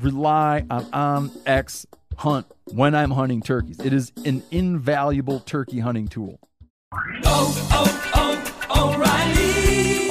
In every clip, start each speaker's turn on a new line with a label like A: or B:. A: rely on OnX Hunt when I'm hunting turkeys. It is an invaluable turkey hunting tool.
B: Oh, oh, oh, O'Reilly.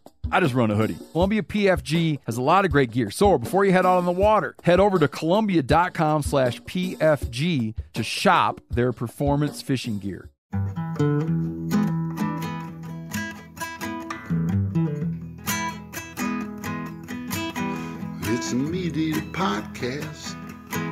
A: I just run a hoodie. Columbia PFG has a lot of great gear. So before you head out on the water, head over to Columbia.com slash PFG to shop their performance fishing gear.
C: It's a meat eater podcast.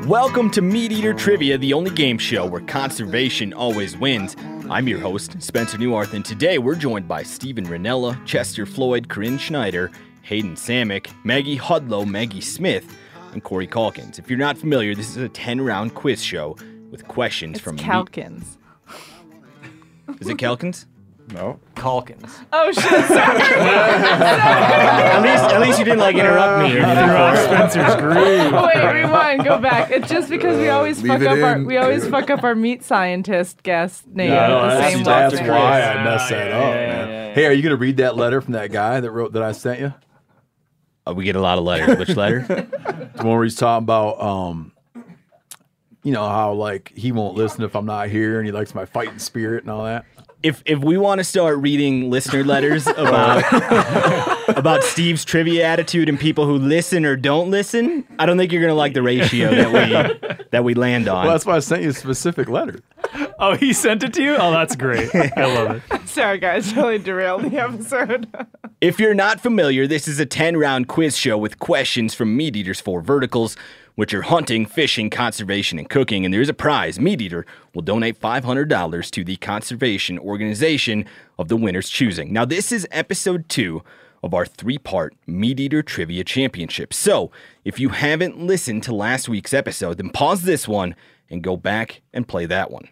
D: Welcome to Meat Eater Trivia, the only game show where conservation always wins. I'm your host, Spencer Newarth, and today we're joined by Stephen Ranella, Chester Floyd, Corinne Schneider, Hayden Samick, Maggie Hudlow, Maggie Smith, and Corey Calkins. If you're not familiar, this is a 10 round quiz show with questions
E: It's
D: from. meat-
E: Calkins.
D: Is it Calkins?
F: No.
G: Calkins.
E: Oh shit!
D: at, least, at least you didn't like interrupt me or anything.
F: Spencer's groove.
E: Wait, rewind, go back. It's just because we always
F: Leave
E: fuck
F: it
E: up our
F: in.
E: we always fuck up our meat scientist guest name. at
G: no,
E: the
G: that's-
E: same
G: that's
E: time.
G: Chris.
F: Oh, why I messed that up,
G: yeah,
F: man.
G: yeah, yeah.
F: Hey, are you gonna read that letter from that guy that wrote that I sent you?
D: Oh, we get a lot of letters. Which letter?
F: The one where he's talking about, um, you know how like he won't listen if I'm not here, and he likes my fighting spirit and all that.
D: if if we want to start reading listener letters about about Steve's trivia attitude and people who listen or don't listen, I don't think you're gonna like the ratio that we that we land on.
F: Well, that's why I sent you a specific letter.
G: Oh, he sent it to you? Oh, that's great. I love it.
E: Sorry guys, really derailed the episode.
D: If you're not familiar, this is a 10 round quiz show with questions from Meat Eater's four verticals, which are hunting, fishing, conservation, and cooking. And there is a prize. Meat Eater will donate $500 to the conservation organization of the winner's choosing. Now, this is episode two of our three part Meat Eater Trivia Championship. So, if you haven't listened to last week's episode, then pause this one and go back and play that one.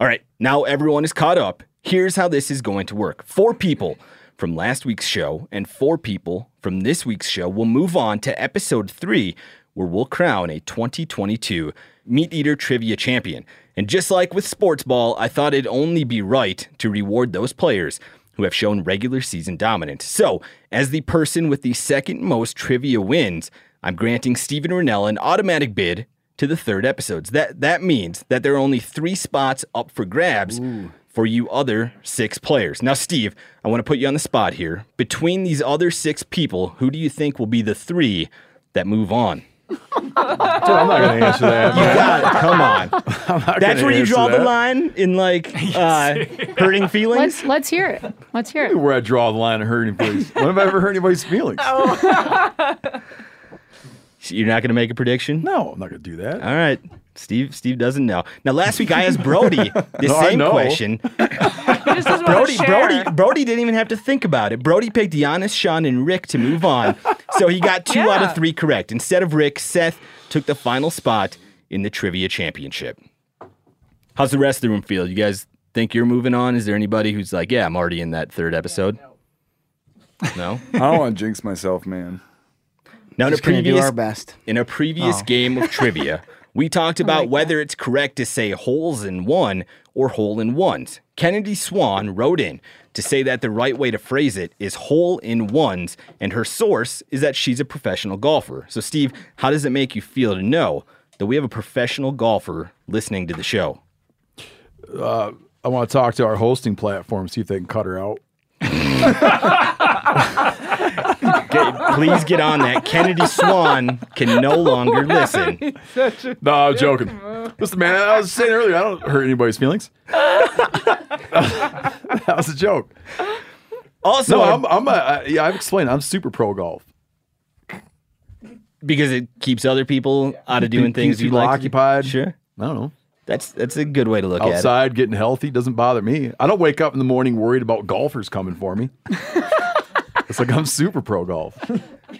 D: All right, now everyone is caught up. Here's how this is going to work four people from last week's show and four people from this week's show will move on to episode three, where we'll crown a 2022 Meat Eater Trivia Champion. And just like with Sports Ball, I thought it'd only be right to reward those players who have shown regular season dominance. So, as the person with the second most trivia wins, I'm granting Stephen Rennell an automatic bid to the third episodes. That that means that there are only three spots up for grabs for you other six players. Now, Steve, I want to put you on the spot here. Between these other six people, who do you think will be the three that move on?
F: Dude, I'm not gonna answer that.
D: You
F: man.
D: got it. Come on.
F: I'm not
D: That's
F: gonna
D: where you
F: answer
D: draw the
F: that.
D: line in like uh, hurting feelings.
H: Let's let's hear it. Let's hear it.
F: Where I draw the line of hurting anybody's. When have I ever hurt anybody's feelings?
D: You're not going to make a prediction.
F: No, I'm not gonna do that.
D: All right. Steve Steve doesn't know. Now last week I asked Brody the
F: No, I
D: same
F: know.
D: question.
E: He just doesn't want to
D: Brody,
E: share.
D: Brody, Brody didn't even have to think about it. Brody picked Giannis, Sean, and Rick to move on. So he got two out of
E: Yeah.
D: three correct. Instead of Rick, Seth took the final spot in the trivia championship. How's the rest of the room feel? You guys think you're moving on? Is there anybody who's like, yeah, I'm already in that third episode? No.
I: I don't want to jinx myself, man.
D: Now in a
J: Just gonna do
D: previous
J: our best.
F: Oh.
D: in a previous game of trivia, We talked about
H: like
D: whether it's correct to say holes in one or hole in ones. Kennedy Swan wrote in to say that the right way to phrase it is hole in ones, and her source is that she's a professional golfer. So, Steve, how does it make you feel to know that we have a professional golfer listening to the show?
F: I want to talk to our hosting platform, see if they can cut her out.
D: Get- please get on that. Kennedy Swan can no longer listen.
F: No, I'm joking. Listen, man, I was saying earlier, I don't hurt anybody's feelings. that was a joke.
D: Also,
F: No, I'm, I'm a, I, yeah, I've explained. I'm super pro golf.
D: because it keeps other people out of doing
F: Keeps
D: things you
F: people
D: like. to do.
F: occupied.
D: Sure.
F: I don't know.
D: That's that's a good way to look at it.
F: Outside, getting healthy doesn't bother me. I don't wake up in the morning worried about golfers coming for me. it's like I'm super pro golf.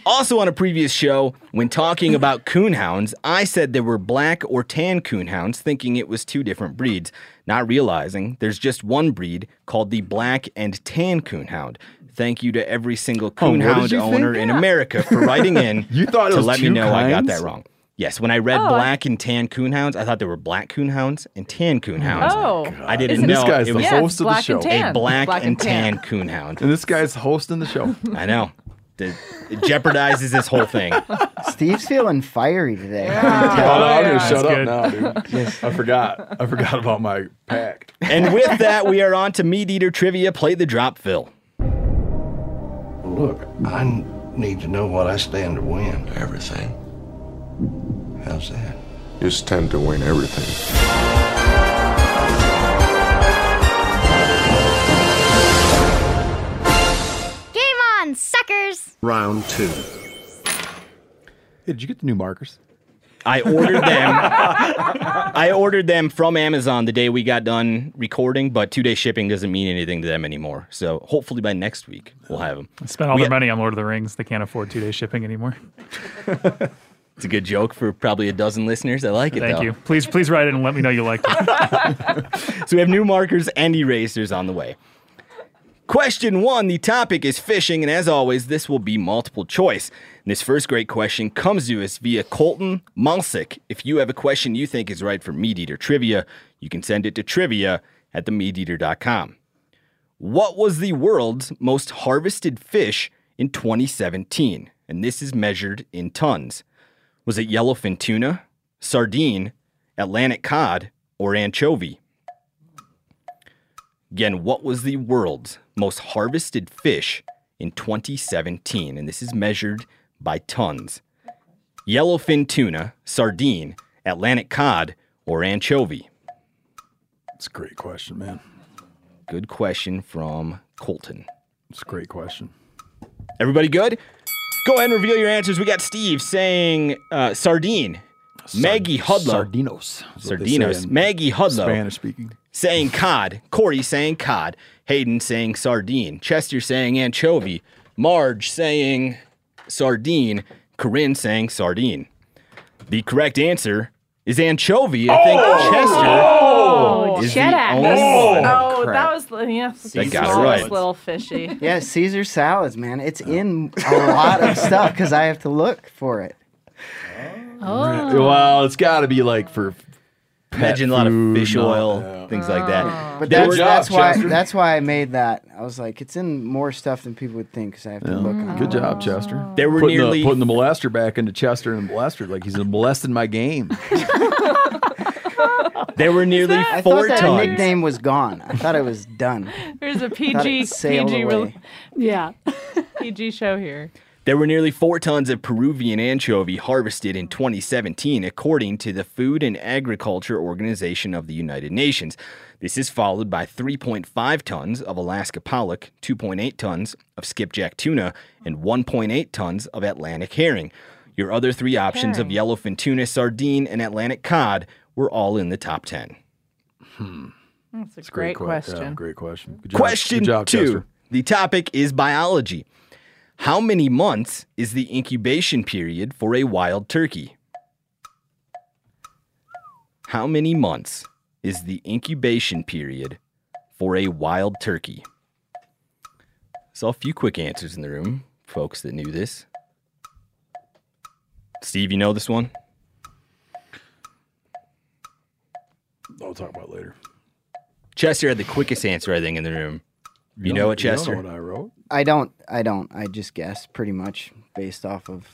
D: Also, on a previous show, when talking about coonhounds, I said there were black or tan coonhounds, thinking it was two different breeds, not realizing there's just one breed called the black and tan coonhound. Thank you to every single
F: what did
D: coonhound
F: you think?
D: owner in America for writing in
F: You thought it
D: to
F: was
D: let me
F: two
D: know I got
F: kinds?
D: that wrong. Yes, when I read
E: Oh, I-
D: black and tan coonhounds, I thought there were black coonhounds and tan coonhounds.
E: Oh.
D: I didn't
E: Isn't it-
D: know
F: this guy's
D: it
F: the
D: was
E: Yeah, it's
F: host of the
E: black
F: show.
E: and tan.
D: a black,
E: Black
D: and
E: and tan.
D: tan coonhound.
F: And this guy's hosting the show. Oh,
D: I know. The- It jeopardizes this whole thing.
I: Steve's feeling fiery today.
F: Oh, no, I'm gonna
G: yeah,
F: shut
G: that's
F: up
G: good.
F: now, dude. I forgot. I forgot about my pack.
D: And with that, we are on to Meat Eater Trivia. Play the drop, Phil.
C: Look, I need to know what I stand to win.
B: Everything.
C: How's that?
B: Just tend to win everything.
H: Game on, suckers!
C: Round two.
F: Hey, did you get the new markers?
D: I ordered them. I ordered them from Amazon the day we got done recording, but two day shipping doesn't mean anything to them anymore. So hopefully by next week we'll have them.
G: Spent all
D: We-
G: their money on Lord of the Rings. They can't afford two day shipping anymore.
D: It's a good joke for probably a dozen listeners. I like it.
G: Thank
D: though.
G: you. Please, please write in and let me know you liked it.
D: So we have new markers and erasers on the way. Question one the topic is fishing, and as always, this will be multiple choice. And this first great question comes to us via Colton Malsick. If you have a question you think is right for Meat Eater Trivia, you can send it to trivia at themeateater.com. What was the world's most harvested fish in 2017? And this is measured in tons. Was it yellowfin tuna, sardine, Atlantic cod, or anchovy? Again, what was the world's most harvested fish in 2017? And this is measured by tons. Yellowfin tuna, sardine, Atlantic cod, or anchovy?
F: It's a great question, man.
D: Good question from Colton.
F: It's a great question.
D: Everybody good? Go ahead and reveal your answers. We got Steve saying uh, sardine. Maggie Hudlow.
F: Sardinos. is what they say
D: Sardinos.
F: in
D: Maggie Hudlow.
F: Spanish speaking.
D: saying cod, Corey saying cod, Hayden saying sardine, Chester saying anchovy, Marge saying sardine, Corinne saying sardine. The correct answer is anchovy. I think Chester
E: Oh,
D: is
H: shut
D: the
H: up.
D: only one.
E: oh, that
I: crap.
E: was yeah.
D: That got it
E: small,
D: right.
E: Little fishy.
I: Yeah, Caesar salads, man. It's in a lot of stuff because I have to look for it.
F: Well, it's got to be like for
D: Imagine a lot of fish
F: no,
D: oil, things like that.
I: But
D: There
I: that's,
D: were-
I: that's why
F: Chester.
I: that's why I made that. I was like, it's in more stuff than people would think because I have to look. on
F: Good
I: it.
F: job, Chester.
D: There were
F: putting,
D: nearly-
F: the, putting the molester back into Chester and the molester like he's molesting my game.
D: there were nearly
I: I
D: four
I: thought that
D: tons.
I: nickname was gone. I thought it was done.
E: There's a
I: I thought
E: PG
I: it sailed
E: PG
I: away.
E: rel-
H: Yeah.
E: PG show here.
D: There were nearly four tons of Peruvian anchovy harvested in 2017, according to the Food and Agriculture Organization of the United Nations. This is followed by 3.5 tons of Alaska pollock, 2.8 tons of skipjack tuna, and 1.8 tons of Atlantic herring. Your other three options of yellowfin tuna, sardine, and Atlantic cod were all in the top 10.
E: That's a great,
F: que- yeah,
E: question.
F: great question. Good job.
D: Question
F: Good job,
D: two.
F: Chester.
D: The topic is biology. How many months is the incubation period for a wild turkey? How many months is the incubation period for a wild turkey? Saw a few quick answers in the room, folks that knew this. Steve, you know this one?
F: I'll talk about it later.
D: Chester had the quickest answer, I think, in the room. You, know what,
F: You don't
D: Chester?
F: know what I wrote.
I: I don't. I don't. I just guess pretty much based off of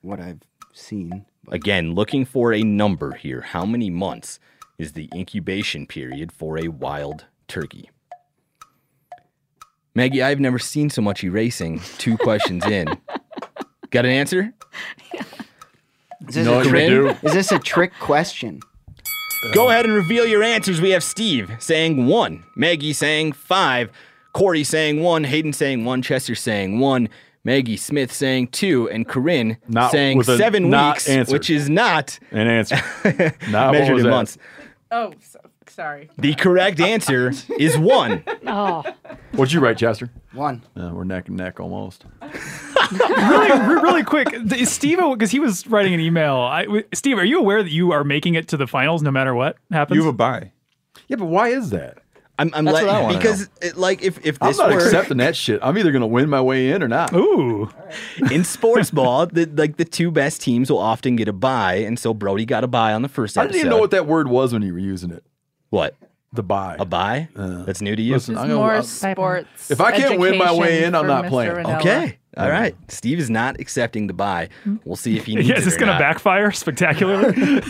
I: what I've seen.
D: Again, looking for a number here. How many months is the incubation period for a wild turkey? Maggie, I've never seen so much erasing two questions in. Got an answer?
I: Is this,
D: know
I: a
D: what you
I: trick,
D: do?
I: is this a trick question?
D: Go ahead and reveal your answers. We have Steve saying one, Maggie saying five, Corey saying one, Hayden saying one, Chester saying one, Maggie Smith saying two, and Corinne
F: Not
D: saying
F: with a
D: seven
F: not
D: weeks,
F: answer.
D: which is not
F: An answer. Not what
D: measured
F: was
D: in
F: that?
D: months.
E: Oh, so, sorry.
D: The correct answer is one.
E: Oh,
F: What'd you write, Chester?
I: One.
F: Uh, we're neck and neck almost.
G: Re- really quick, th- is Steve, because he was writing an email. I, w- Steve, are you aware that you are making it to the finals no matter what happens?
A: You have a bye.
F: Yeah, but why is that?
D: I'm, I'm
F: That's
D: let-
F: what I wanna
D: because it, like if if this
F: I'm not
D: were
F: accepting that shit. I'm either gonna win my way in or not.
G: Ooh,
D: in sports ball, the, like the two best teams will often get a bye, and so Brody got a bye on the first
F: I
D: episode.
F: didn't even know what that word was when you were using it.
D: what
F: The buy.
D: a bye. That's new to you.
F: Uh, Listen, I'm
E: it's
F: gonna-
E: more
F: I'll-
E: sports.
F: If I can't win my way
E: education
F: in, I'm
E: for
F: not
E: Mr.
F: playing.
E: Ranella.
D: Okay. All right. Steve is not accepting the buy. We'll see if he needs
G: yeah, is
D: it
G: this
D: or
G: going to
D: not.
G: backfire spectacularly?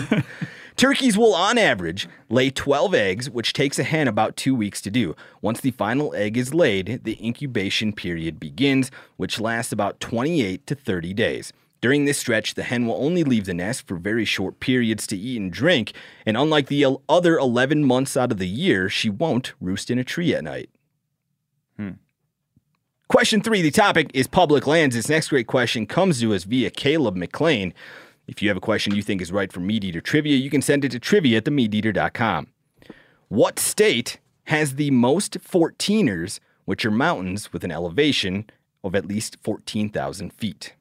D: Turkeys will, on average, lay 12 eggs, which takes a hen about two weeks to do. Once the final egg is laid, the incubation period begins, which lasts about 28 to 30 days. During this stretch, the hen will only leave the nest for very short periods to eat and drink, and unlike the el- other 11 months out of the year, she won't roost in a tree at night. Question three, the topic is public lands. This next great question comes to us via Caleb McLean. If you have a question you think is right for Meat Eater Trivia, you can send it to trivia at themeateater.com. What state has the most 14ers, which are mountains with an elevation of at least 14,000 feet?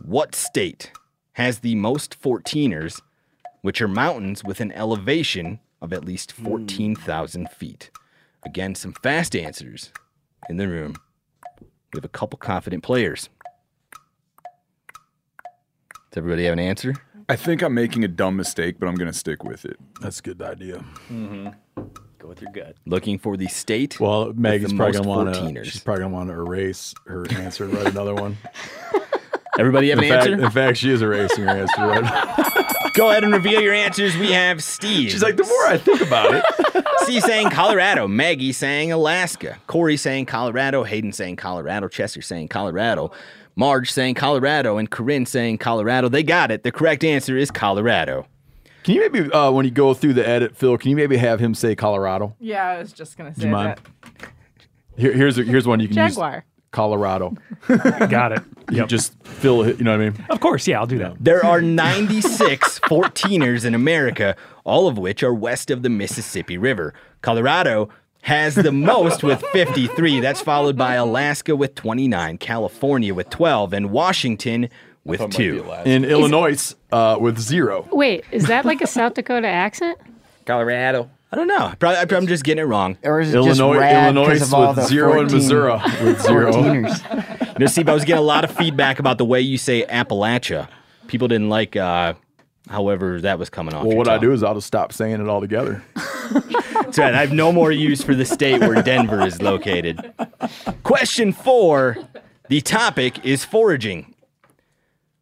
D: What state has the most 14ers, which are mountains with an elevation of at least 14,000 feet? Again, some fast answers in the room. We have a couple confident players. Does everybody have an answer?
J: I think I'm making a dumb mistake, but I'm going to stick with it.
F: That's a good idea.
D: Go with your gut. Looking for the state.
F: Well, Maggie's
D: the
F: probably
D: most
F: gonna want to.
D: 14ers.
F: She's probably gonna want to erase her answer and write another one.
D: everybody have an
F: in fact,
D: answer?
F: in fact, she is erasing her answer. Right?
D: Go ahead and reveal your answers. We have Steve.
F: She's like, the more I think about it,
D: Steve saying Colorado, Maggie saying Alaska, Corey saying Colorado, Hayden saying Colorado, Chester saying Colorado, Marge saying Colorado, and Corinne saying Colorado. They got it. The correct answer is Colorado.
F: can you maybe uh, when you go through the edit, Phil? Can you maybe have him say Colorado?
E: Yeah, I was just gonna say
F: you mind?
E: that.
F: Here, here's a, here's one you can use.
E: Jaguar.
F: Colorado.
G: Got it.
F: You just fill it. You know what I mean?
G: Of course, yeah, I'll do that.
D: There are 96 14ers in America, all of which are west of the Mississippi River. Colorado has the most with 53. That's followed by Alaska with 29, California with 12, and Washington with two.
F: In Illinois, uh, with zero.
K: Wait, is that like a South Dakota accent?
D: Colorado. I don't know. Probably, I'm just getting it wrong.
I: Or is it
F: Illinois,
I: just rad 'cause
F: Illinois
I: of all the
F: with zero, and
I: 14
F: Missouri with zero.
I: 14ers?
D: You know, Steve, I was getting a lot of feedback about the way you say Appalachia. People didn't like, uh, however, that was coming off.
F: Well,
D: your
F: what I
D: tongue.
F: do is I'll just stop saying it altogether.
D: That's right. I have no more use for the state where Denver is located. Question four. The topic is foraging.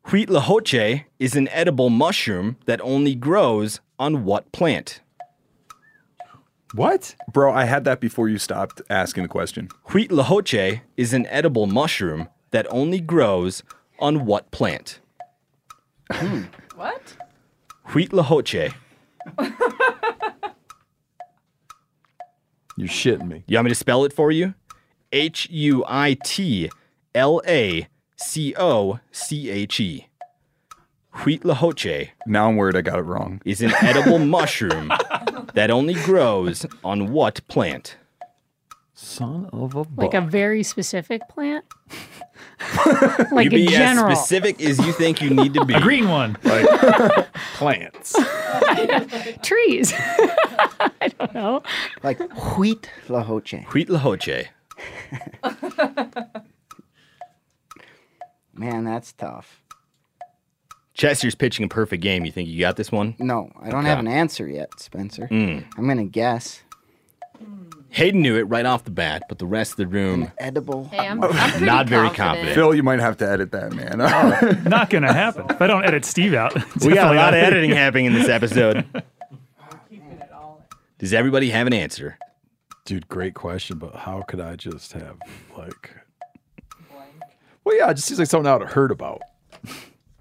D: Huitlahoche is an edible mushroom that only grows on what plant?
F: What?
J: Bro, I had that before you stopped asking the question.
D: Huitlahoche is an edible mushroom that only grows on what plant?
E: What?
D: Huitlahoche.
F: You're shitting me.
D: You want me to spell it for you? H U I T L A C O C H E. Huitlahoche.
J: Now I'm worried I got it wrong.
D: is an edible mushroom that only grows on what plant?
F: Son of a
K: Like a very specific plant? like in
D: you be
K: general.
D: as specific as you think you need to be.
G: A green one.
F: plants.
K: Trees. I don't know.
I: Like wheat la hoche.
D: Huitlahoche.
I: Man, that's tough.
D: Chester's pitching a perfect game. You think you got this one?
I: No, I don't have an answer yet, Spencer.
D: Mm.
I: I'm gonna guess
D: Hayden knew it right off the bat, but the rest of the room
I: edible.
L: Hey, I'm,
F: Oh,
D: not very confident.
J: Phil, you might have to edit that, man.
G: Not gonna happen. If I don't edit Steve out,
D: we got a lot of editing happening in this episode. Does everybody have an answer?
F: Dude, great question, but how could I just have like? Well, yeah, it just seems like something I would have heard about.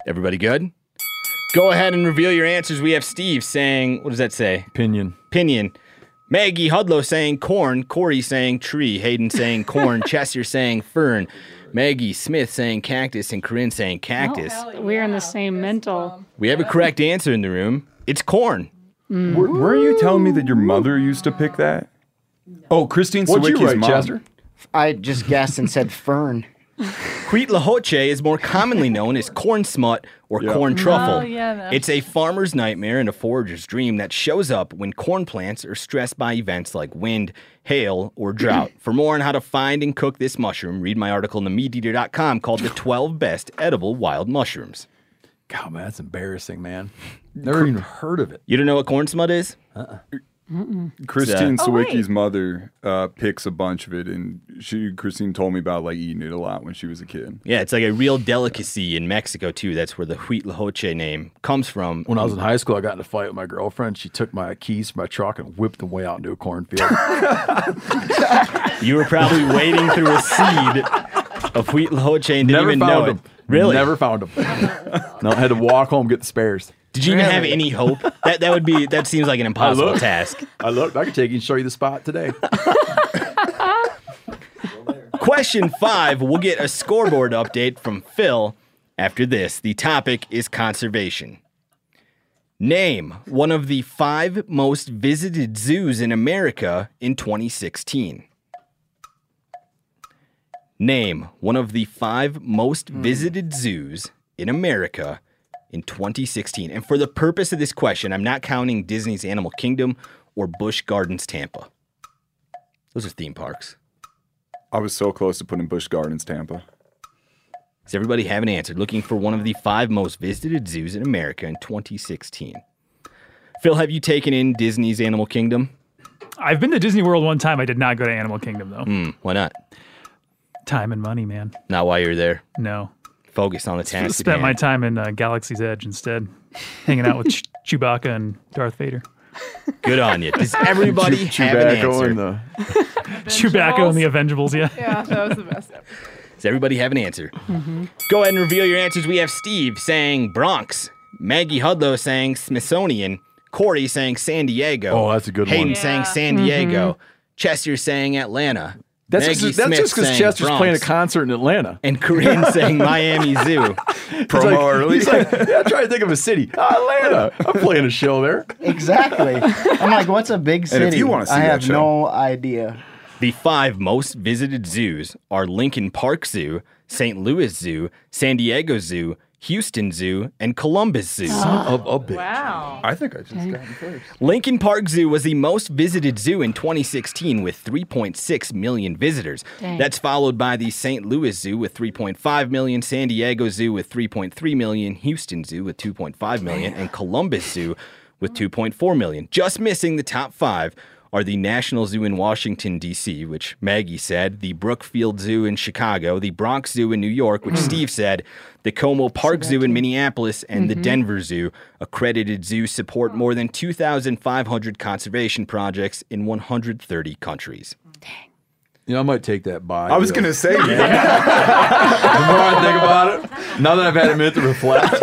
D: Everybody good? Go ahead and reveal your answers. We have Steve saying, what does that say?
F: Pinion.
D: Pinion. Maggie Hudlow saying corn. Corey saying tree. Hayden saying corn. Chester saying fern. Maggie Smith saying cactus. And Corinne saying cactus.
K: We're in the same mental.
D: We have a correct answer in the room. It's corn.
K: Mm.
J: Were, were you telling me that your mother used to pick that? Oh, Christine
I: What'd you
J: Sawicki's
I: write,
J: mom.
I: Chester? I just guessed and said fern.
D: Huitlahoche is more commonly known as corn smut or corn truffle.
L: Oh, yeah, that's-
D: it's a farmer's nightmare and a forager's dream that shows up when corn plants are stressed by events like wind, hail, or drought. For more on how to find and cook this mushroom, read my article on themeateater.com called The 12 Best Edible Wild Mushrooms.
F: God, man, that's embarrassing, man. Never even heard of it.
D: You don't know what corn smut is?
J: Christine
D: Oh, wait.
J: Sawicki's mother uh, picks a bunch of it, and she Christine told me about like eating it a lot when she was a kid.
D: Yeah, it's like a real delicacy in Mexico, too. That's where the Huitlahoche name comes from.
F: When I was in high school, I got in a fight with my girlfriend. She took my keys from my truck and whipped them way out into a cornfield.
D: You were probably wading through a seed of Huitlahoche and didn't
F: Never
D: even know
F: found
D: it.
F: them.
D: Really?
F: Never found them. no, I had to walk home get the spares.
D: Did you even have any hope? That that would be that seems like an impossible
F: looked.
D: task.
F: I looked. I could take you and show you the spot today.
D: Question five, we'll get a scoreboard update from Phil after this. The topic is conservation. Name one of the five most visited zoos in America in 2016. Name one of the five most visited zoos in America in 2016. And for the purpose of this question, I'm not counting Disney's Animal Kingdom or Busch Gardens Tampa. Those are theme parks.
J: I was so close to putting Busch Gardens Tampa.
D: Does everybody have an answer? Looking for one of the five most visited zoos in America in 2016. Phil, have you taken in Disney's Animal Kingdom?
G: I've been to Disney World one time. I did not go to Animal Kingdom though.
D: Hmm, why not?
G: Time and money, man.
D: Not while you're there.
G: No.
D: Focus on the task.
G: Spent
D: at
G: my
D: hand.
G: time in uh, Galaxy's Edge instead, hanging out with Ch- Chewbacca and Darth Vader.
D: Good on you. Does everybody have an answer?
G: Chewbacca and the Avengables, yeah.
E: Yeah, that was the best. ever.
D: Does everybody have an answer?
F: Mm-hmm.
D: Go ahead and reveal your answers. We have Steve saying Bronx, Maggie Hudlow saying Smithsonian, Corey saying San Diego.
F: Oh, that's a good one.
D: Hayden saying
F: Yeah.
D: San
F: Mhm.
D: Diego, Chester saying Atlanta.
F: That's
D: Maggie
F: just, that's
D: Smith
F: just because
D: saying
F: Chester's
D: Bronx.
F: playing a concert in Atlanta.
D: And Korean saying Miami Zoo.
F: Promo like, He's like, yeah, I'm trying to think of a city. Ah, Atlanta. I'm playing a show there.
I: Exactly. I'm like, what's a big
D: And
I: city?
D: if you wanna see
I: I
D: that
I: have
D: show.
I: no idea.
D: The five most visited zoos are Lincoln Park Zoo, St. Louis Zoo, San Diego Zoo, Houston Zoo, and Columbus Zoo.
L: Son
F: of a bitch.
L: Wow.
J: I think I just
L: got first.
D: Lincoln Park Zoo was the most visited zoo in 2016 with 3.6 million visitors.
L: Dang.
D: That's followed by the St. Louis Zoo with 3.5 million, San Diego Zoo with 3.3 million, Houston Zoo with 2.5 million, and Columbus Zoo with 2.4 million. Just missing the top five are the National Zoo in Washington, D.C., which Maggie said, the Brookfield Zoo in Chicago, the Bronx Zoo in New York, which Steve said, the Como Park Zoo in Minneapolis, and the
L: Mhm.
D: Denver. Denver Zoo. Accredited zoos support more than 2,500 conservation projects in 130 countries.
F: You know, I might take that by.
J: I was gonna say, man.
F: the more I think about it, now that I've had a minute to reflect,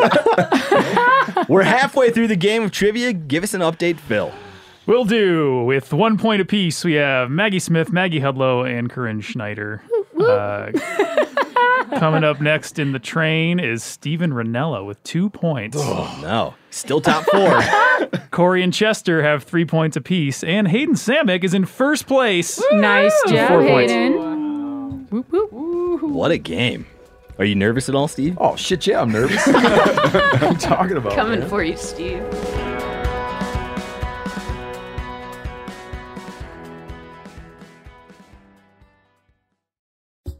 D: We're halfway through the game of trivia. Give us an update, Phil.
G: Will do. With one point apiece, we have Maggie Smith, Maggie Hudlow, and Corinne Schneider. Uh, coming up next in the train is Stephen Ranella with two points.
D: Oh, no. Still top four.
G: Corey and Chester have three points apiece, and Hayden Samick is in first place.
K: Nice
G: with
K: job,
G: four points.
K: Hayden. Whoop, whoop.
D: What a game. Are you nervous at all, Steve?
F: Oh, shit, yeah, I'm nervous. what are you talking about?
L: Coming
F: man?
L: for you, Steve.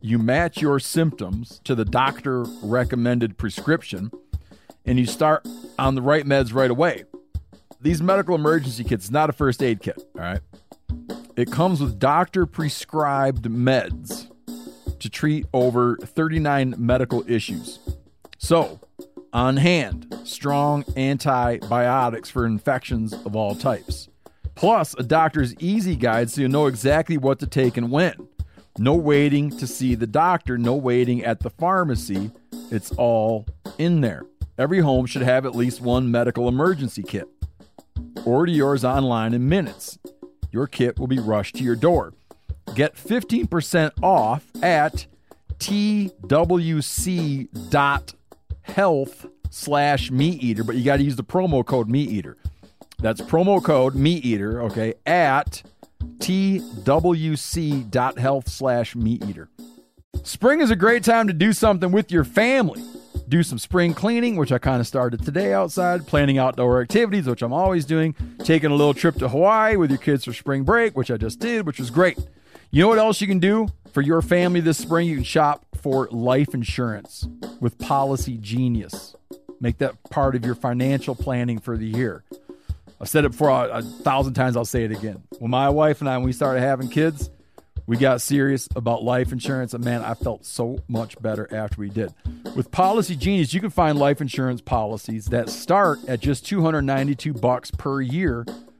A: You match your symptoms to the doctor recommended prescription and you start on the right meds right away. These medical emergency kits, not a first aid kit, all right? It comes with doctor prescribed meds to treat over 39 medical issues. So, on hand, strong antibiotics for infections of all types. Plus, a doctor's easy guide so you know exactly what to take and when. No waiting to see the doctor, no waiting at the pharmacy. It's all in there. Every home should have at least one medical emergency kit. Order yours online in minutes. Your kit will be rushed to your door. Get 15% off at twc.health slash meat eater, but you got to use the promo code meat eater. That's promo code meat eater, okay, at twc.health slash meat eater. Spring is a great time to do something with your family. Do some spring cleaning, which I kind of started today outside, planning outdoor activities, which I'm always doing, taking a little trip to Hawaii with your kids for spring break, which I just did, which was great. You know what else you can do for your family this spring? You can shop for life insurance with Policy Genius. Make that part of your financial planning for the year. I've said it before a, a thousand times, I'll say it again. When my wife and I, when we started having kids, we got serious about life insurance, and man, I felt so much better after we did. With Policy Genius, you can find life insurance policies that start at just 292 bucks per year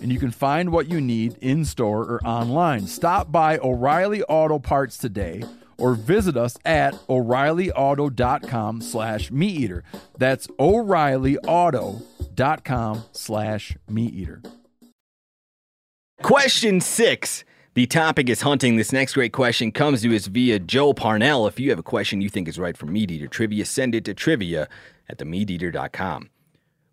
A: and you can find what you need in store or online. Stop by O'Reilly Auto Parts today or visit us at o'reillyauto.com slash meat eater that's o'reillyauto.com slash meat eater
D: Question six. The topic is hunting. This next great question comes to us via Joe Parnell. If you have a question you think is right for Meat Eater Trivia, send it to trivia at themeateater.com.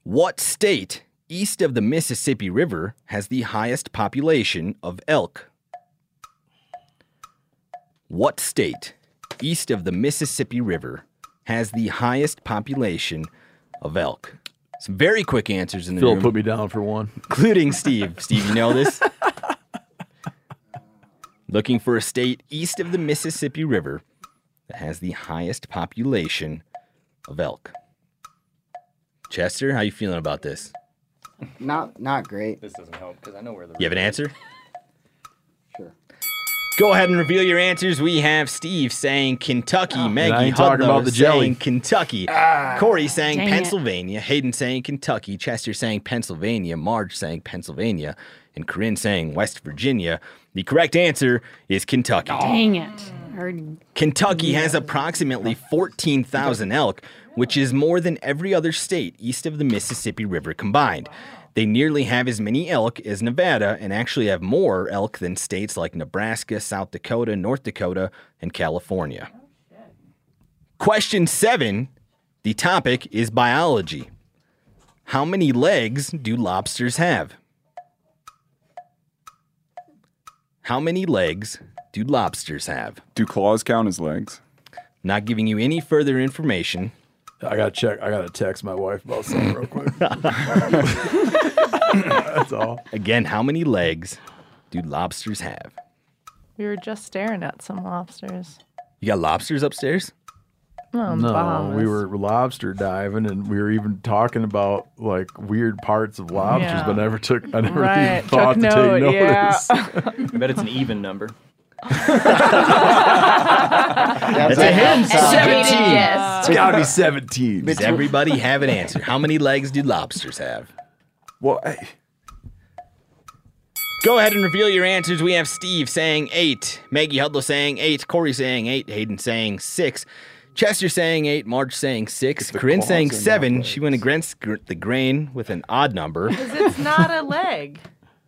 D: What state east of the Mississippi River has the highest population of elk? What state east of the Mississippi River has the highest population of elk? Some very quick answers in the
F: Phil
D: room,
F: put me down for one.
D: including Steve. Steve, you know this? Looking for a state east of the Mississippi River that has the highest population of elk. Chester, how you feeling about this?
I: Not not great.
L: This doesn't help because I know where the.
D: You have an answer?
I: Sure.
D: Go ahead and reveal your answers. We have Steve saying Kentucky, Maggie
F: I ain't Ah. talking
D: Hudlow
F: about the
D: saying
F: jelly.
D: Kentucky,
I: Ah.
D: Corey saying
F: dang it.
D: Pennsylvania, Hayden saying Kentucky, Chester saying Pennsylvania, Marge saying Pennsylvania, and Corinne saying West Virginia. The correct answer is Kentucky.
K: Dang it. I already-
D: Kentucky has approximately 14,000 elk, which is more than every other state east of the Mississippi River combined. They nearly have as many elk as Nevada and actually have more elk than states like Nebraska, South Dakota, North Dakota, and California. Question seven the topic is biology. How many legs do lobsters have? How many legs do lobsters have?
J: Do claws count as legs?
D: Not giving you any further information.
F: I gotta check. I gotta text my wife about something real quick. That's all.
D: Again, how many legs do lobsters have?
E: We were just staring at some lobsters.
D: You got lobsters upstairs?
E: Oh,
F: no,
E: Bahamas.
F: we were lobster diving, and we were even talking about like weird parts of lobsters,
E: Yeah.
F: but never took. I never
E: Right,
F: even thought
E: took note,
F: to take notice.
E: yeah.
L: I bet it's an even number.
D: That's
L: a
D: a hint.
L: hint. Educated
D: 17.
E: Uh,
L: guess.
D: It's gotta be
F: 17.
D: Does everybody have an answer? How many legs do lobsters have?
J: Well, I-
D: Go ahead and reveal your answers. We have Steve saying eight, Maggie Hudlow saying eight, Corey saying eight, Hayden saying six, Chester saying eight, Marge saying six, Corinne
E: claws
D: saying
E: are not
D: seven. She went against gr- the grain with an odd number.
E: Because it's not a leg.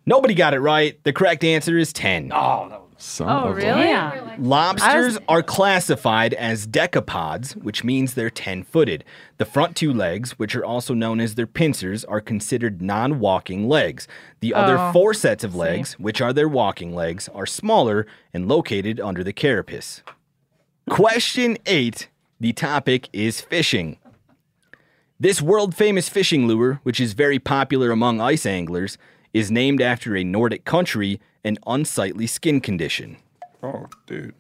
D: Nobody got it right. The correct answer is 10. Oh,
E: Oh, really?
D: Lobsters
E: I was-
D: are classified as decapods, which means they're 10 footed. The front two legs, which are also known as their pincers, are considered non walking legs. The
L: Oh,
D: other four sets of legs, which are their walking legs, are smaller and located under the carapace. Question eight the topic is fishing. This world famous fishing lure, which is very popular among ice anglers, is named after a Nordic country and unsightly skin condition.
J: Oh, dude.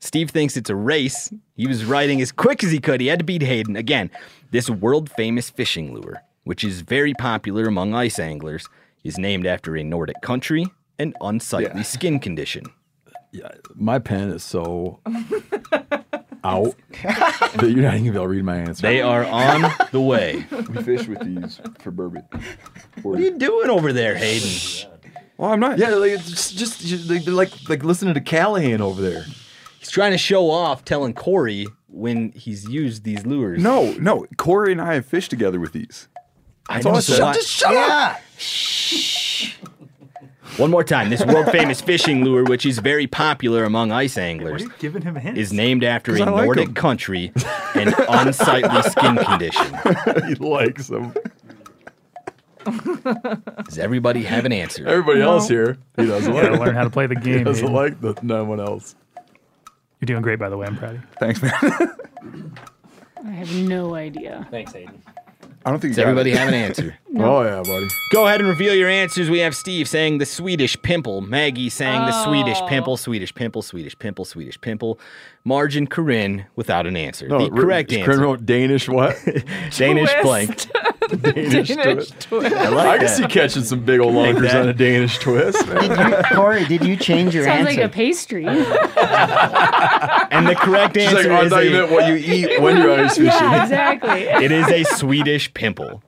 D: Steve thinks it's a race. He was riding as quick as he could. He had to beat Hayden. Again, this world famous fishing lure, which is very popular among ice anglers, is named after a Nordic country and unsightly skin condition.
F: My pen is so out that you're not even gonna be able to read my answer.
D: They are on the way.
J: We fish with these for bourbon.
D: What are you doing over there, Hayden?
J: Well, I'm not.
F: Yeah, like it's just, just, just like, like like listening to Callahan over there.
D: He's trying to show off telling Corey when he's used these lures.
J: No, no. Corey and I have fished together with these.
D: I
J: That's
D: know,
J: all
D: so
J: said.
D: why-
J: up.
D: One more time. This world famous fishing lure, which is very popular among ice anglers,
L: Giving him a hint.
D: is named after
L: 'Cause
D: a
L: I like
D: Nordic
L: 'em.
D: country and unsightly skin condition.
F: he likes them.
D: Does everybody have an answer?
F: Everybody else here, he doesn't
G: You gotta
F: like.
G: learn how to play the
F: He
G: game,
F: doesn't
G: Hayden.
F: like the, no one else.
G: You're doing great, by the way. I'm proud of you.
J: Thanks, man.
K: I have no idea. Thanks, Aiden.
J: I don't think
D: Does everybody have an answer?
F: Oh yeah, buddy.
D: Go ahead and reveal your answers. We have Steve saying the Swedish pimple, Maggie saying the Swedish
K: Oh.
D: pimple, Swedish pimple, Swedish pimple, Swedish pimple, Marge and Corinne without an answer. the
F: wr-
D: correct
F: Corinne
D: answer.
F: wrote Danish what?
D: Danish blank.
F: Danish,
E: Danish
F: twist.
E: twist.
F: I,
D: like
F: can
D: that.
F: see catching some big old
D: Like
F: lunkers
D: that.
F: on a Danish twist.
I: Corey, did you change your
K: Sounds
I: answer?
K: like a pastry.
D: And the correct
F: She's like,
D: answer
F: "Oh, I
D: is
F: thought you
D: a-
F: meant what you eat when you're ice fishing.
K: yeah, exactly.
D: It is a Swedish pimple.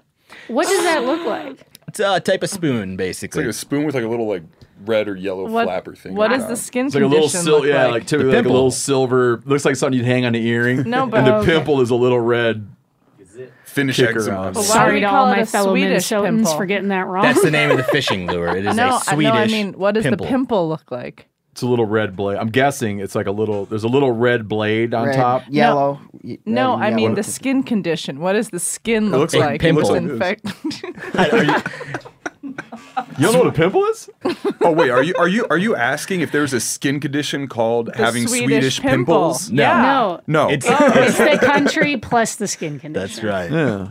K: What does that look like?
D: It's a type of spoon, basically.
J: It's like a spoon with like a little like red or yellow
E: What-
J: flapper thing.
E: what
J: on
E: is the
J: top.
E: skin
F: It's like a little sil- yeah, like, typically like a
J: pimple.
F: little silver. Looks like something you'd hang on the earring.
E: No,
F: and the
E: but-
F: pimple is a little red.
J: Finish
F: kicker
J: eczema.
F: on it.
E: But why do
K: Sorry
E: we
K: to
E: call
K: all
E: it a
K: my fellow
E: Swedish
K: Minnesotans
E: pimple?
K: for getting that wrong.
D: That's the name of the fishing lure. It is
E: no,
D: a Swedish
E: I, no, I mean, what does
D: pimple.
E: the pimple look like?
F: It's a little red blade. I'm guessing it's like a little. There's a little red blade on
E: Red,
F: top.
E: yellow.
I: No,
E: No, I mean the
F: this.
E: skin condition. What does the skin
F: It
E: look
F: looks
E: like?
F: like- it looks like
E: in
F: this.
E: fact,
F: You don't know what a pimple is?
J: oh wait, are you are you are you asking if there's a skin condition called having Swedish,
K: Swedish pimple.
J: pimples?
K: No. Yeah.
J: no,
K: It's, it's the country plus the skin condition.
D: That's right.
F: Yeah.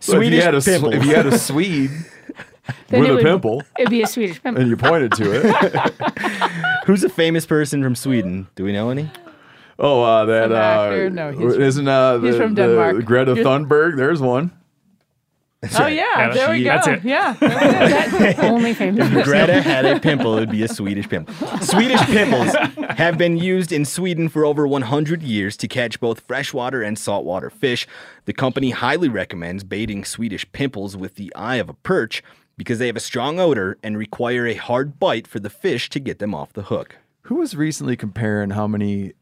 D: Swedish
F: if you had a, Sw-
D: pimple.
F: If you had a Swede
K: Then
F: with
K: it
F: a
K: would-
F: pimple
K: It'd be a Swedish pimple.
F: and you pointed to it.
D: Who's a famous person from Sweden? Do we know any?
F: Oh, uh, that
D: Some
F: uh,
D: actor? No, he's-
F: isn't uh, the,
D: he's from
F: the
D: Denmark.
F: Greta
D: You're-
F: Thunberg. There's one.
E: oh yeah, there we go.
D: That's it.
E: Yeah,
K: only famous.
D: If Greta had a pimple, it would be a Swedish pimple. Swedish pimples have been used in Sweden for over 100 years to catch both freshwater and saltwater fish. The company highly recommends baiting Swedish pimples with the eye of a perch because they have a strong odor and require a hard bite for the fish to get them off the hook.
F: Who was recently comparing how many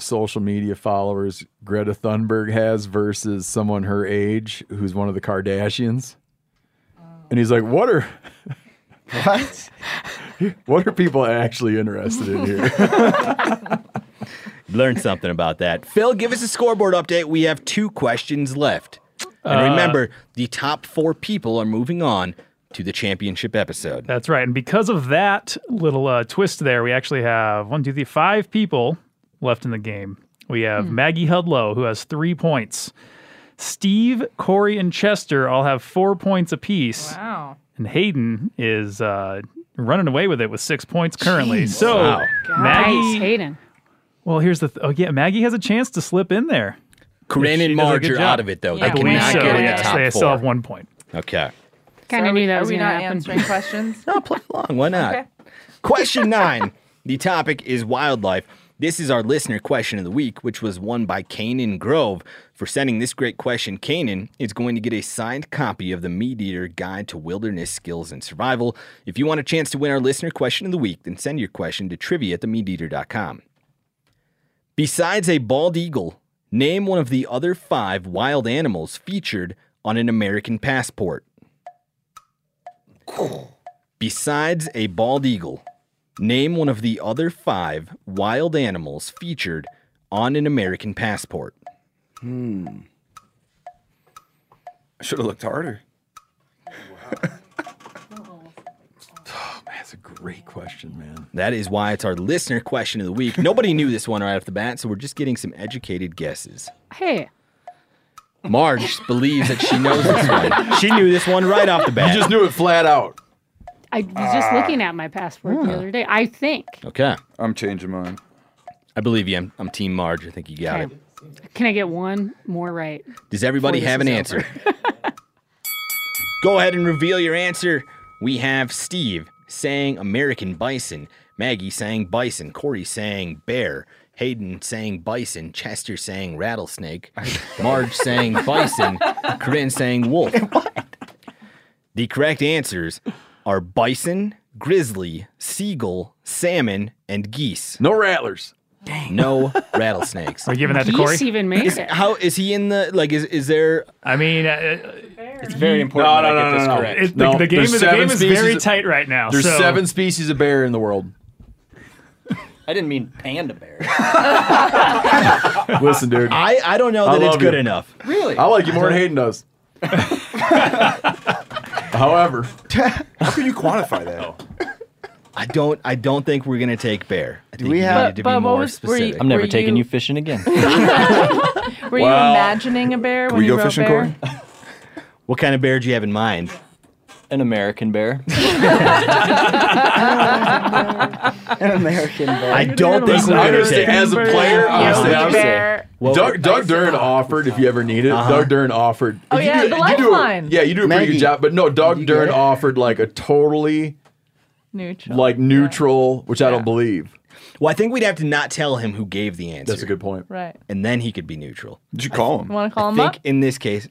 F: social media followers Greta
D: Oh.
F: Thunberg has versus someone her age who's one of the Kardashians? and he's like, "What are what? what are people actually interested in here?"
D: Learn something about that. Phil, give us a scoreboard update. We have two questions left. And
G: Uh,
D: remember, the top four people are moving on to the championship episode.
G: That's right. And because of that little uh, twist there, we actually have one, two, three, five people left in the game. We have
K: Hmm.
G: Maggie Hudlow, who has three points. Steve, Corey, and Chester all have four points apiece.
E: Wow.
G: And Hayden is uh, running away with it with six points currently.
K: Jeez.
G: So
K: Wow.
G: Maggie,
K: Nice, Hayden.
G: well, here's the th- oh yeah, Maggie has a chance to slip in there.
D: Corinne
G: If she
D: and
G: does a
D: Marge
G: good
D: are
G: job.
D: out of it, though. They
G: I
D: cannot
G: believe
D: get
G: so,
D: in the
G: yes.
D: top
G: They still
D: four.
G: have one point.
D: Okay.
K: Kind of knew that was
E: Are we
K: going to
E: not
K: happen.
E: answering questions?
D: no, play along. Why not? Question nine. the topic is wildlife. This is our listener question of the week, which was won by Kanan Grove. For sending this great question, Kanan is going to get a signed copy of the Meat Eater Guide to Wilderness Skills and Survival. If you want a chance to win our listener question of the week, then send your question to trivia at themeateater.com. Besides a bald eagle, name one of the other five wild animals featured on an American passport. Besides a bald eagle, name one of the other five wild animals featured on an American passport.
I: Hmm.
J: I should have looked harder.
F: That's a great question, man.
D: That is why it's our listener question of the week. Nobody knew this one right off the bat, so we're just getting some educated guesses.
K: Hey,
D: Marge believes that she knows this one. She knew this one right off the bat.
F: You just knew it flat out.
K: I was just looking at my passport the other day. I think.
D: Okay. I'm changing mine. I believe you. I'm, I'm Team Marge. I think you got it.
K: Can I get one more right?
D: Does everybody
K: Before
D: have an
K: this
D: answer? Go ahead and reveal your answer. We have Steve saying American bison, Maggie saying bison, Corey saying bear, Hayden saying bison, Chester saying rattlesnake, Marge saying bison, Corinne saying wolf. The correct answers are bison, grizzly, seagull, salmon, and geese.
F: No rattlers.
D: Dang. No rattlesnakes.
G: Are you giving that to Geese Corey? even made
D: Is-
G: it.
D: How is he in the like? Is is there?
G: I mean, uh,
D: it's
G: very important No, that I no, get no, this no, no. correct. It- the- the game
F: there's
G: is- the game
F: seven
G: is very
F: species-
G: tight right now,
F: There's
G: so-
F: seven species of bear in the world.
L: I didn't mean panda bear.
F: Listen, dude.
D: I, I don't know
L: that it's good
D: enough.
L: Really?
F: I like you
L: I
F: more than
L: don't-
F: Hayden does. However,
D: How can you quantify that? I don't. I don't think we're gonna take bear. I think
L: we
D: you
L: have-
D: needed to
L: But-
D: be
L: but what
D: more
L: was- were you-
D: specific.
L: I'm never were taking you- you
D: fishing again.
E: Were
D: Well,
E: you imagining a bear when you wrote bear?
D: what kind of bear do you have in mind? An American bear.
I: An American bear.
D: I don't think we're
F: I
D: gonna take
F: understand. As a player, honestly,
I: Yeah,
F: honestly.
I: bear.
F: Doug, Doug Dern offered, if you ever need it, Doug Dern offered.
E: Oh,
F: you
E: yeah,
F: do-
E: the
F: you do a-
E: lifeline.
F: yeah, you do a pretty
E: Maggie.
F: good job. But no, Doug Dern offered like a totally
E: Neutral.
F: like neutral, which I don't believe.
D: Well, I think we'd have to not tell him who gave the answer. That's a
F: good point.
E: Right.
D: And then he could be neutral. Did you call him?
E: Want to call
D: I
E: him
D: think
E: up?
D: in this case,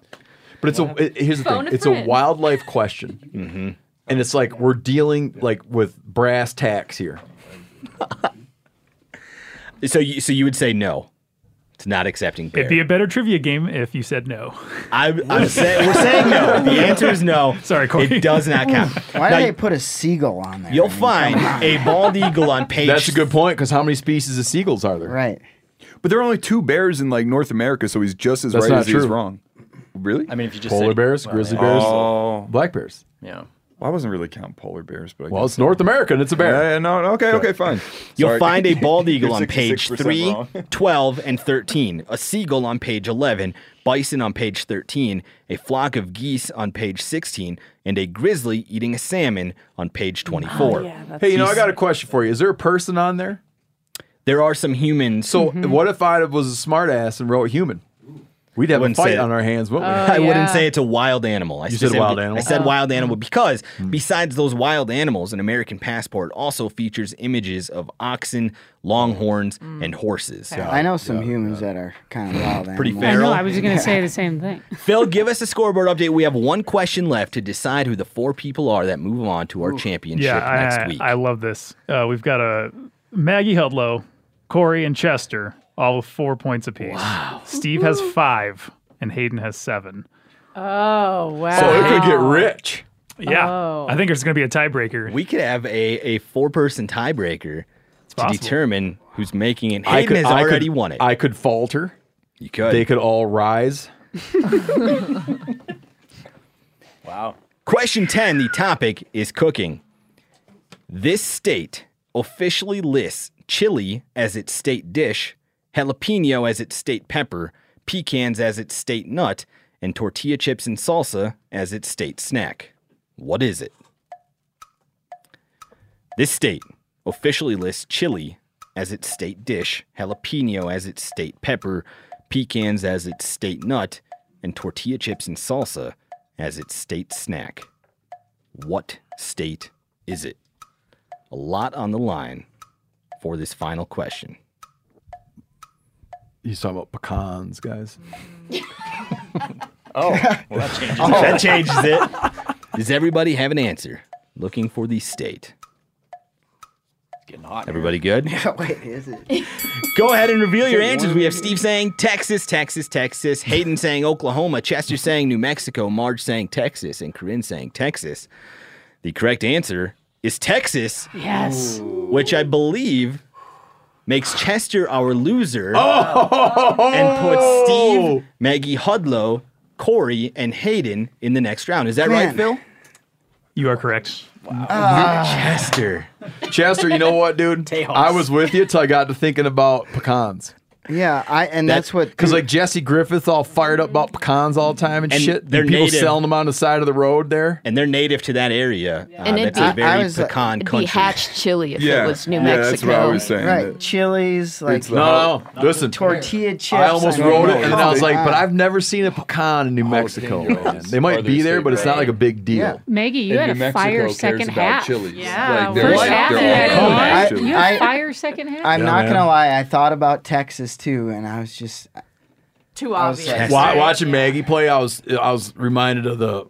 F: But it's a it- here's the
E: Phone
F: thing.
E: a
F: It's a
E: friend.
F: wildlife question,
J: Mm-hmm.
F: and it's like we're dealing like with brass tacks here.
D: so you so you would say no. It's not accepting bear.
G: It'd be a better trivia game if you said no.
D: I, I'm saying we're saying no. The answer is no.
G: Sorry, Corey.
D: It does not count.
I: Why
D: Now,
I: did they put a seagull on there?
D: You'll find a bald eagle on page.
F: That's a good point because how many species of seagulls are there?
I: Right.
J: But there are only two bears in like North America, so he's just as
F: That's
J: right
F: not
J: as he is
F: true.
J: wrong. Really? I
L: mean, if you just
F: Polar bears, grizzly bears, black bears.
L: Yeah.
J: Well, I wasn't really counting polar bears, but I
F: Well,
J: guess
F: it's North America and it's a bear.
J: Yeah, yeah, no, okay, okay, fine.
D: You'll
J: Sorry.
D: find a bald
J: You're
D: eagle on page
J: 66%
D: 3,
J: wrong.
D: 12, and 13, a seagull on page 11, bison on page 13, a flock of geese on page 16, and a grizzly eating a salmon on page 24.
F: hey, you know, I got a question for you. Is there a person on there?
D: There are some humans.
F: So what if I was a smartass and wrote human? We'd have a
D: Wouldn't say
F: fight
D: it.
F: on our hands, wouldn't we?
E: Uh,
D: I wouldn't say it's a wild animal. I
F: You said
D: specifically-
F: wild animal?
D: I said
F: Oh.
D: wild animal because besides those wild animals, an American passport also features images of oxen, longhorns, and horses.
I: I know some humans that are kind of wild.
D: Pretty
I: animals.
D: I know, feral.
K: I was going to say the same thing.
D: Phil, give us a scoreboard update. We have one question left to decide who the four people are that move on to our championship
G: yeah, I,
D: next week.
G: I love this. Uh, we've got a Maggie Hudlow, Corey, and Chester, all with four points apiece. Wow. Steve has five, and Hayden has seven.
E: Oh wow.
G: So it could
F: Get rich.
G: Yeah.
D: Oh.
G: I think there's going to be a tiebreaker.
D: We could have a, a four person tiebreaker to
G: possible.
D: determine who's making it.
F: I
D: Hayden
F: could,
D: has
F: I
D: already
F: could,
D: won it.
F: I could falter.
D: You could.
F: They could all rise.
D: Wow. Question 10 the topic is cooking. This state officially lists chili as its state dish, jalapeno as its state pepper, pecans as its state nut, and tortilla chips and salsa as its state snack. What is it? This state officially lists chili as its state dish, jalapeno as its state pepper, pecans as its state nut, and tortilla chips and salsa as its state snack. What state is it? A lot on the line for this final question.
F: He's talking about pecans, guys.
D: Oh, well, that changes it. that changes it. Does everybody have an answer? Looking for the state. It's getting hot. Everybody good?
I: Wait, is it?
D: Go ahead and reveal your
I: Is it
D: answers.
I: warm?
D: We have Steve saying Texas, Texas, Texas. Hayden saying Oklahoma. Chester saying New Mexico. Marge saying Texas. And Corinne saying Texas. The correct answer is Texas.
K: Yes.
D: Which I believe makes Chester our loser
K: Oh!
D: and puts Steve, Maggie Hudlow, Corey, and Hayden in the next round. Is that right,
F: Man.
D: Phil?
G: You are correct.
D: Chester.
F: Chester, you know what, dude? I was with you till I got to thinking about pecans.
I: Yeah, I and that's what
F: because like Jesse Griffith all fired up about pecans all the time and,
D: And
F: shit.
D: they're
F: They're people
D: native.
F: selling them on the side of the road there.
D: And they're native to that area. Uh,
M: And it'd
D: that's a
M: be-
D: very
M: I was, uh,
D: pecan
M: it'd be
D: country.
M: hatched chili if it was New Mexico.
I: Right, chilies, like
F: no, no, no. Listen,
I: tortilla chips.
F: I almost
I: like-
F: wrote it, and then I was like,
I: Ah.
F: but I've never seen a pecan in New Mexico. man. They might be there, but it's not like a big deal.
K: Maggie, you
F: And
K: had
F: New
K: a
F: Mexico
K: fire
F: cares
K: second
F: about
K: half.
F: chilies.
K: Yeah,
F: Like, they're
K: first
F: like-
K: half
F: they're
K: you had
F: all about
K: one.
F: chilies.
K: You had
I: I-
K: fire second half.
I: I'm not gonna lie. I thought about Texas too, and I was just
M: Too
I: I was like-
F: Wa- watching Maggie play, I was I was reminded of the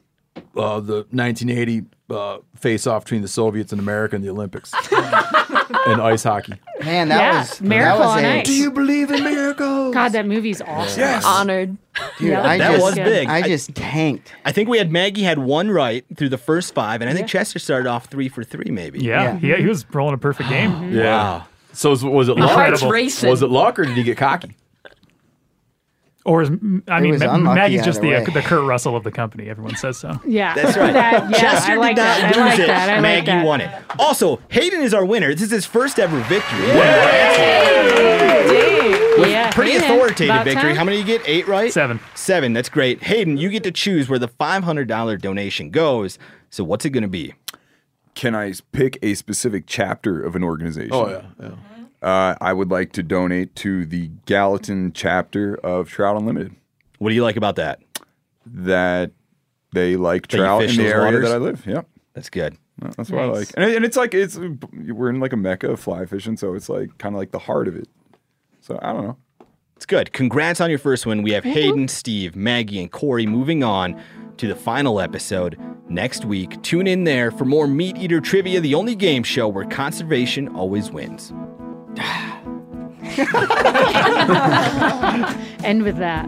F: uh, the 1980 uh, face off between the Soviets and America in the Olympics and ice hockey.
I: man, that
K: Yeah,
I: was
K: Miracle
I: that was
K: on
I: a-
K: Ice. Do you
F: believe in miracles?
K: God, that movie's awesome.
I: Yes.
M: Honored.
I: Dude,
K: Yeah,
I: I
D: that
I: just,
D: was big.
I: I just tanked.
D: I think we had Maggie had one right through the first five, and I think Chester started off three for three, maybe.
G: Yeah. Yeah. he was rolling a perfect game.
F: Yeah. So was, was it
G: My
F: luck?
G: heart's racing.
F: Was it luck or did he get cocky?
G: Or is, m- I
F: It
G: mean,
F: was
G: Ma-
F: unlucky
G: Maggie's just the,
F: either way.
G: the Kurt Russell of the company. Everyone says so.
K: Yeah,
D: That's right.
K: That, yeah,
D: Chester
K: I
D: did
K: like
D: not
K: that.
D: lose
K: I like
D: it.
K: that. I like
D: Maggie
K: that.
D: won it. Also, Hayden is our winner. This is his first ever victory. With
K: Yeah,
D: pretty
K: Hayden,
D: authoritative
K: about
D: victory.
K: time.
D: How many you get? Eight, right? Seven. Seven. That's great. Hayden, you get to choose where the five hundred dollar donation goes. So what's it going to be?
J: Can I pick a specific chapter of an organization?
F: Oh, yeah, yeah.
J: Uh, I would like to donate to the Gallatin chapter of Trout Unlimited.
D: What do you like about that?
J: That they like
D: That you
J: trout
D: fish
J: in the
D: those
J: area
D: waters?
J: that I live. Yep.
D: That's good.
J: That's what I
D: Nice.
J: like. And, it- and it's like it's we're in like a mecca of fly fishing, so it's like kind of like the heart of it. So I don't know.
D: It's good. Congrats on your first one. We have Hayden, Steve, Maggie, and Corey moving on to the final episode next week. Tune in there for more Meat Eater Trivia, the only game show where conservation always wins.
K: End with that.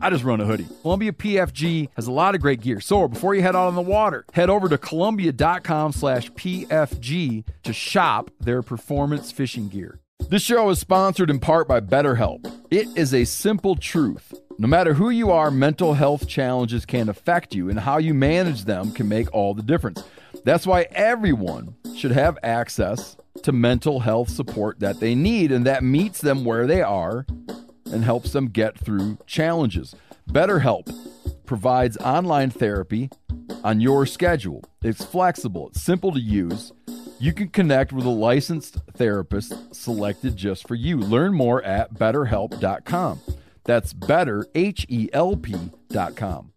A: I just run a hoodie. Columbia PFG has a lot of great gear. So before you head out on the water, head over to Columbia.com slash PFG to shop their performance fishing gear. This show is sponsored in part by BetterHelp. It is a simple truth. No matter who you are, mental health challenges can affect you, and how you manage them can make all the difference. That's why everyone should have access to mental health support that they need, and that meets them where they are and helps them get through challenges. BetterHelp provides online therapy on your schedule. It's flexible, it's simple to use. You can connect with a licensed therapist selected just for you. Learn more at betterhelp.com. That's better, H E L P.com.